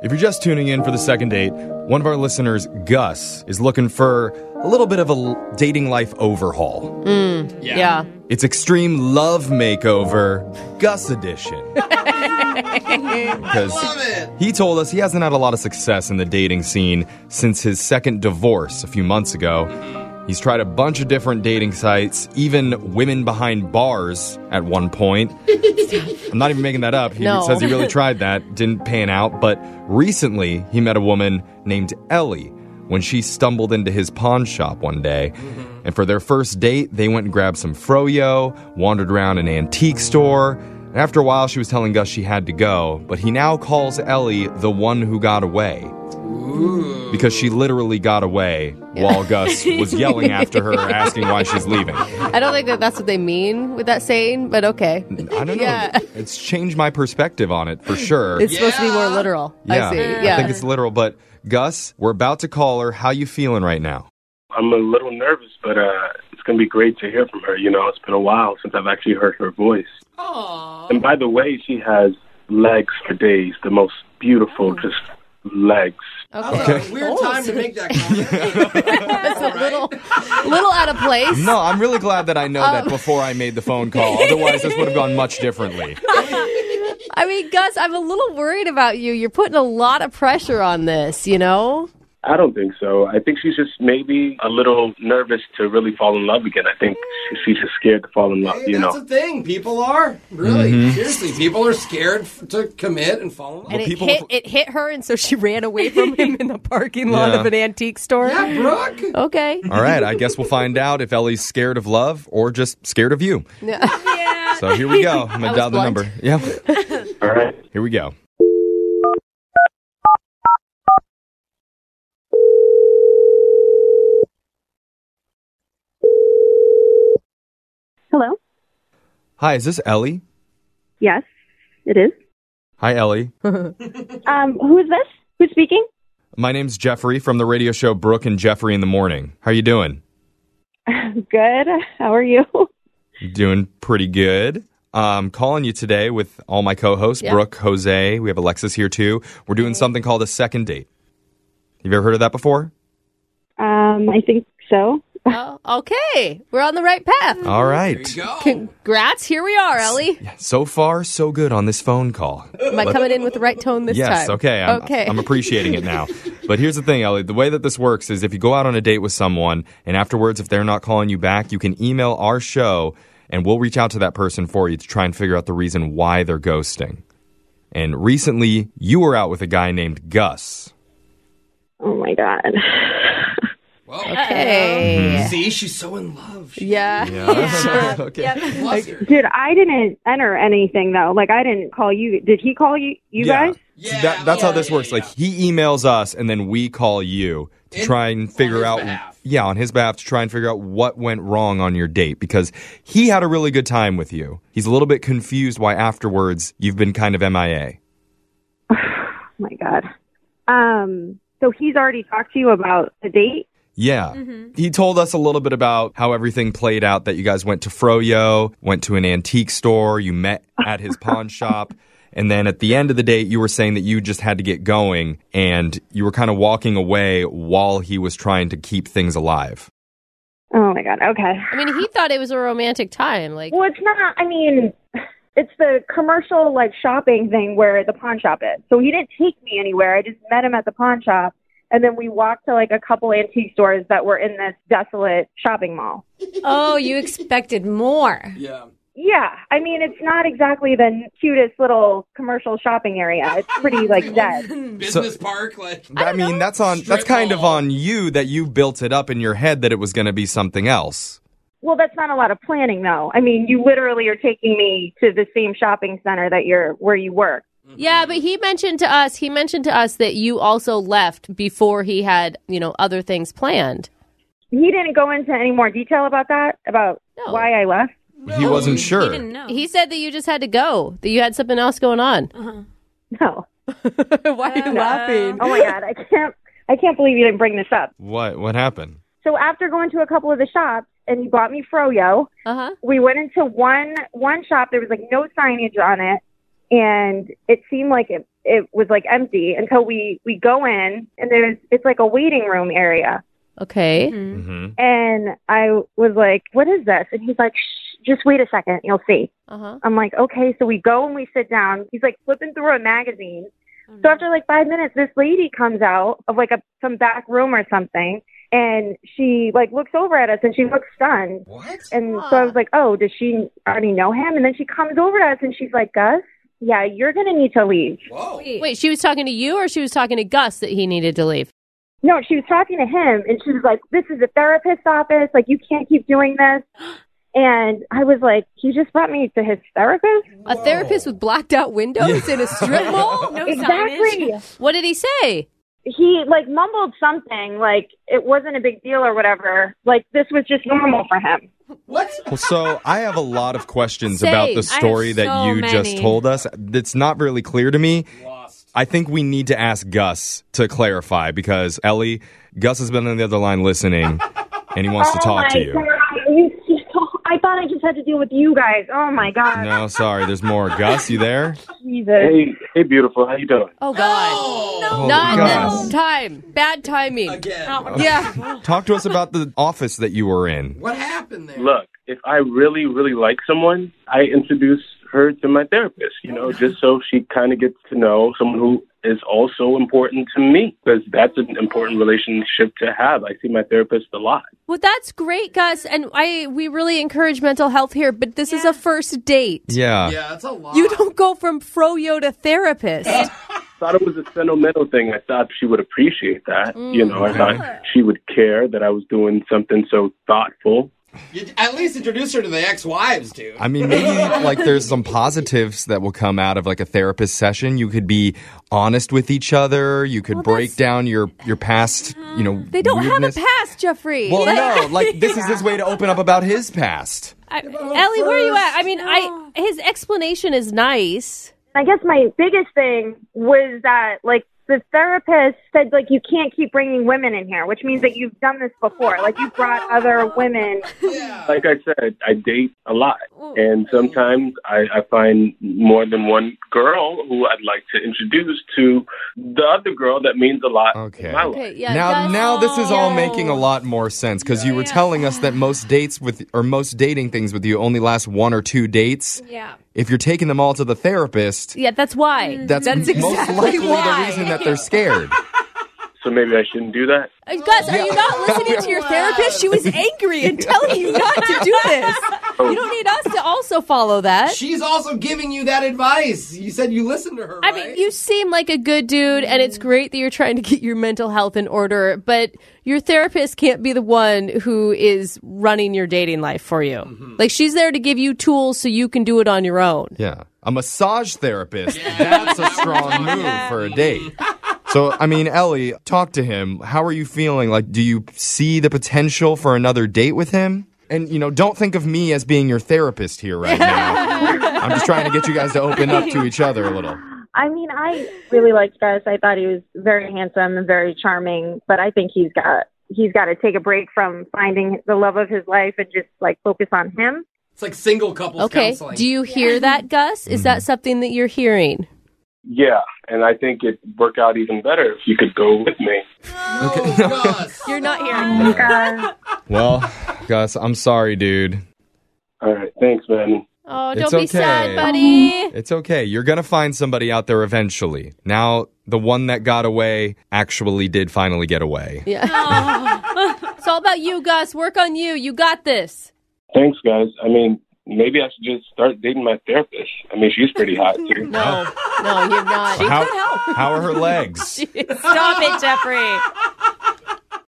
If you're just tuning in for the second date, one of our listeners, Gus, is looking for a little bit of a l- dating life overhaul. Yeah. It's Extreme Love Makeover Gus Edition. Because he told us he hasn't had a lot of success in the dating scene since his second divorce a few months ago. He's tried a bunch of different dating sites, even women behind bars at one point. I'm not even making that up. He No. says he really tried that, didn't pan out. But recently, he met a woman named Ellie when she stumbled into his pawn shop one day. Mm-hmm. And for their first date, they went and grabbed some froyo, wandered around an antique store. And after a while, she was telling Gus she had to go. But he now calls Ellie the one who got away. Because she literally got away while Gus was yelling after her, asking why she's leaving. I don't think that that's what they mean with that saying, but okay. I don't know. Yeah. It's changed my perspective on it for sure. It's supposed to be more literal. I see. Yeah. I think it's literal. But Gus, we're about to call her. How you feeling right now? I'm a little nervous, but uh, it's going to be great to hear from her. You know, it's been a while since I've actually heard her voice. And by the way, she has legs for days, the most beautiful, Oh. just legs. okay. That's a weird time to make that comment. That's a little, little out of place. No, I'm really glad that I know that Um, before I made the phone call. Otherwise, this would have gone much differently. I mean, Gus, I'm a little worried about you. You're putting a lot of pressure on this, you know? I don't think so. I think she's just maybe a little nervous to really fall in love again. I think she- she's just scared to fall in love, Hey, you that's know. the thing. People are really Mm-hmm. seriously. People are scared f- to commit and fall in love. And it people- hit, it hit her, and so she ran away from him in the parking lot Yeah. of an antique store. yeah, Brooke. Okay. All right, I guess we'll find out if Ellie's scared of love or just scared of you. So here we go. I'm going to dial the blunt. number. Yeah. All right. Here we go. Hello. Hi, is this Ellie? Yes, it is. Hi, Ellie. Um, who is this? Who's speaking? My name's Jeffrey from the radio show Brooke and Jeffrey in the Morning. How you doing? Good. How are you? Doing pretty good. I'm calling you today with all my co hosts, Yeah. Brooke, Jose. We have Alexis here too. We're doing something called a second date. Have you ever heard of that before? Um, I think so. Oh, okay. We're on the right path. All right. Go. Congrats. Here we are, Ellie. So far, so good on this phone call. Am I coming in with the right tone this yes, time? okay. I'm, okay. I'm appreciating it now. But here's the thing, Ellie. The way that this works is if you go out on a date with someone and afterwards, if they're not calling you back, you can email our show and we'll reach out to that person for you to try and figure out the reason why they're ghosting. And recently, you were out with a guy named Gus. Oh my god. Whoa. okay. See, she's so in love. She Yeah. okay. loves her. Dude, I didn't enter anything though. Like I didn't call you. Did he call you? You Yeah. guys? Yeah, That, that's how yeah, this yeah, works. Like he emails us, and then we call you to In- try and figure his out. behalf. Yeah, on his behalf to try and figure out what went wrong on your date because he had a really good time with you. He's a little bit confused why afterwards you've been kind of MIA. Oh my god. Um. So he's already talked to you about the date. Yeah. He told us a little bit about how everything played out that you guys went to Froyo, went to an antique store, you met at his pawn shop. And then at the end of the date, you were saying that you just had to get going and you were kind of walking away while he was trying to keep things alive. Oh my god. Okay. I mean, he thought it was a romantic time. Like, Well, it's not. I mean, it's the commercial like shopping thing where the pawn shop is. So he didn't take me anywhere. I just met him at the pawn shop, and then we walked to like a couple antique stores that were in this desolate shopping mall. Oh, you expected more. Yeah. Yeah, I mean, it's not exactly the cutest little commercial shopping area. It's pretty like dead. Business park, like I, mean, that's on that's Strip kind of mall. on you that you built it up in your head that it was going to be something else. Well, that's not a lot of planning though. I mean, you literally are taking me to the same shopping center that you're where you work. yeah, but he mentioned to us, he mentioned to us that you also left before he had, you know, other things planned. He didn't go into any more detail about that, about No. why I left. he wasn't sure. He didn't know. He said that you just had to go, that you had something else going on. No. Why are you laughing? Oh my god, I can't I can't believe you didn't bring this up. What what happened? So after going to a couple of the shops and he bought me froyo, Uh huh. we went into one one shop. There was like no signage on it, and it seemed like it, it was like empty until we we go in and there's it's like a waiting room area Okay. Mm-hmm. and i was like what is this and he's like Shh, just wait a second you'll see Uh huh. i'm like okay so we go and we sit down he's like flipping through a magazine so after like five minutes this lady comes out of like a some back room or something and she like looks over at us and she looks stunned What? and so I was like, oh, does she already know him? And then she comes over to us and she's like, Gus, yeah, you're going to need to leave. Whoa. Wait, she was talking to you or she was talking to Gus that he needed to leave? No, she was talking to him and she was like, this is a therapist's office. Like, you can't keep doing this. And I was like, he just brought me to his therapist? A therapist with blacked out windows in a strip mall? No exactly. What did he say? He like mumbled something like it wasn't a big deal or whatever. Like, this was just normal for him. What? Well, so I have a lot of questions Same. about I the story have that so you just many. told us. It's not really clear to me. Lost. I think we need to ask Gus to clarify because Ellie, Gus has been on the other line listening, and he wants to oh my talk to you. God. You- I thought I just had to deal with you guys. Oh my God. No, sorry, there's more. Gus, you there? Jesus. Hey, hey, beautiful. How you doing? Oh, God. Oh, Not Gus. this time. Bad timing. Again. Yeah. Talk to us about the office that you were in. What happened there? Look, if I really, really like someone, I introduce her to my therapist, you know, just so she kind of gets to know someone who is also important to me because that's an important relationship to have. I see my therapist a lot. Well, that's great, Gus. And I we really encourage mental health here, but this is a first date. Yeah. Yeah, that's a lot. You don't go from froyo to therapist. thought it was a sentimental thing. I thought she would appreciate that. you know, I thought she would care that I was doing something so thoughtful. You, at least introduce her to the ex-wives, dude. I mean, maybe like there's some positives that will come out of like a therapist session. You could be honest with each other. You could break down your your past. You know, They don't weirdness. have a past, Jeffrey. Well, Like- no, like this is his way to open up about his past. I- Ellie, where are you at? I mean, I his explanation is nice. I guess my biggest thing was that like the therapist said like you can't keep bringing women in here, which means that you've done this before. Like you brought other women. Like I said, I date a lot. And sometimes I, I find more than one girl who I'd like to introduce to the other girl that means a lot Okay. in my life. Okay, yeah. now, Gus- now this is all No. making a lot more sense because you were telling us that most dates with or most dating things with you only last one or two dates. Yeah. If you're taking them all to the therapist, Yeah, that's why. that's, That's m- most exactly likely the why. reason that they're scared. So maybe I shouldn't do that. Uh, Gus, are you not listening to your therapist? She was angry and telling you not to do this. You don't need us to also follow that. She's also giving you that advice. You said you listened to her. I right? mean, you seem like a good dude, and it's great that you're trying to get your mental health in order, but your therapist can't be the one who is running your dating life for you. Like, she's there to give you tools so you can do it on your own. Yeah. A massage therapist, that's a strong move for a date. So, I mean, Ellie, talk to him. How are you feeling? Like, do you see the potential for another date with him? And, you know, don't think of me as being your therapist here right now. I'm just trying to get you guys to open up to each other a little. I mean, I really liked Gus. I thought he was very handsome and very charming, but I think he's got he's got to take a break from finding the love of his life and just like focus on him. it's like single couples Okay. counseling. Do you hear that, Gus? Is that something that you're hearing? Yeah. And I think it'd work out even better if you could go with me. Oh, Gus. You're not hearing. Uh, Well, Gus, I'm sorry, dude. All right. Thanks, man. Oh, It's don't be sad, okay. buddy. It's okay. You're going to find somebody out there eventually. Now, the one that got away actually did finally get away. It's all about you, Gus. Work on you. You got this. Thanks, guys. I mean, maybe I should just start dating my therapist. I mean, she's pretty hot, too. No, no, you're not. How, how are her legs? Stop it, Jeffrey.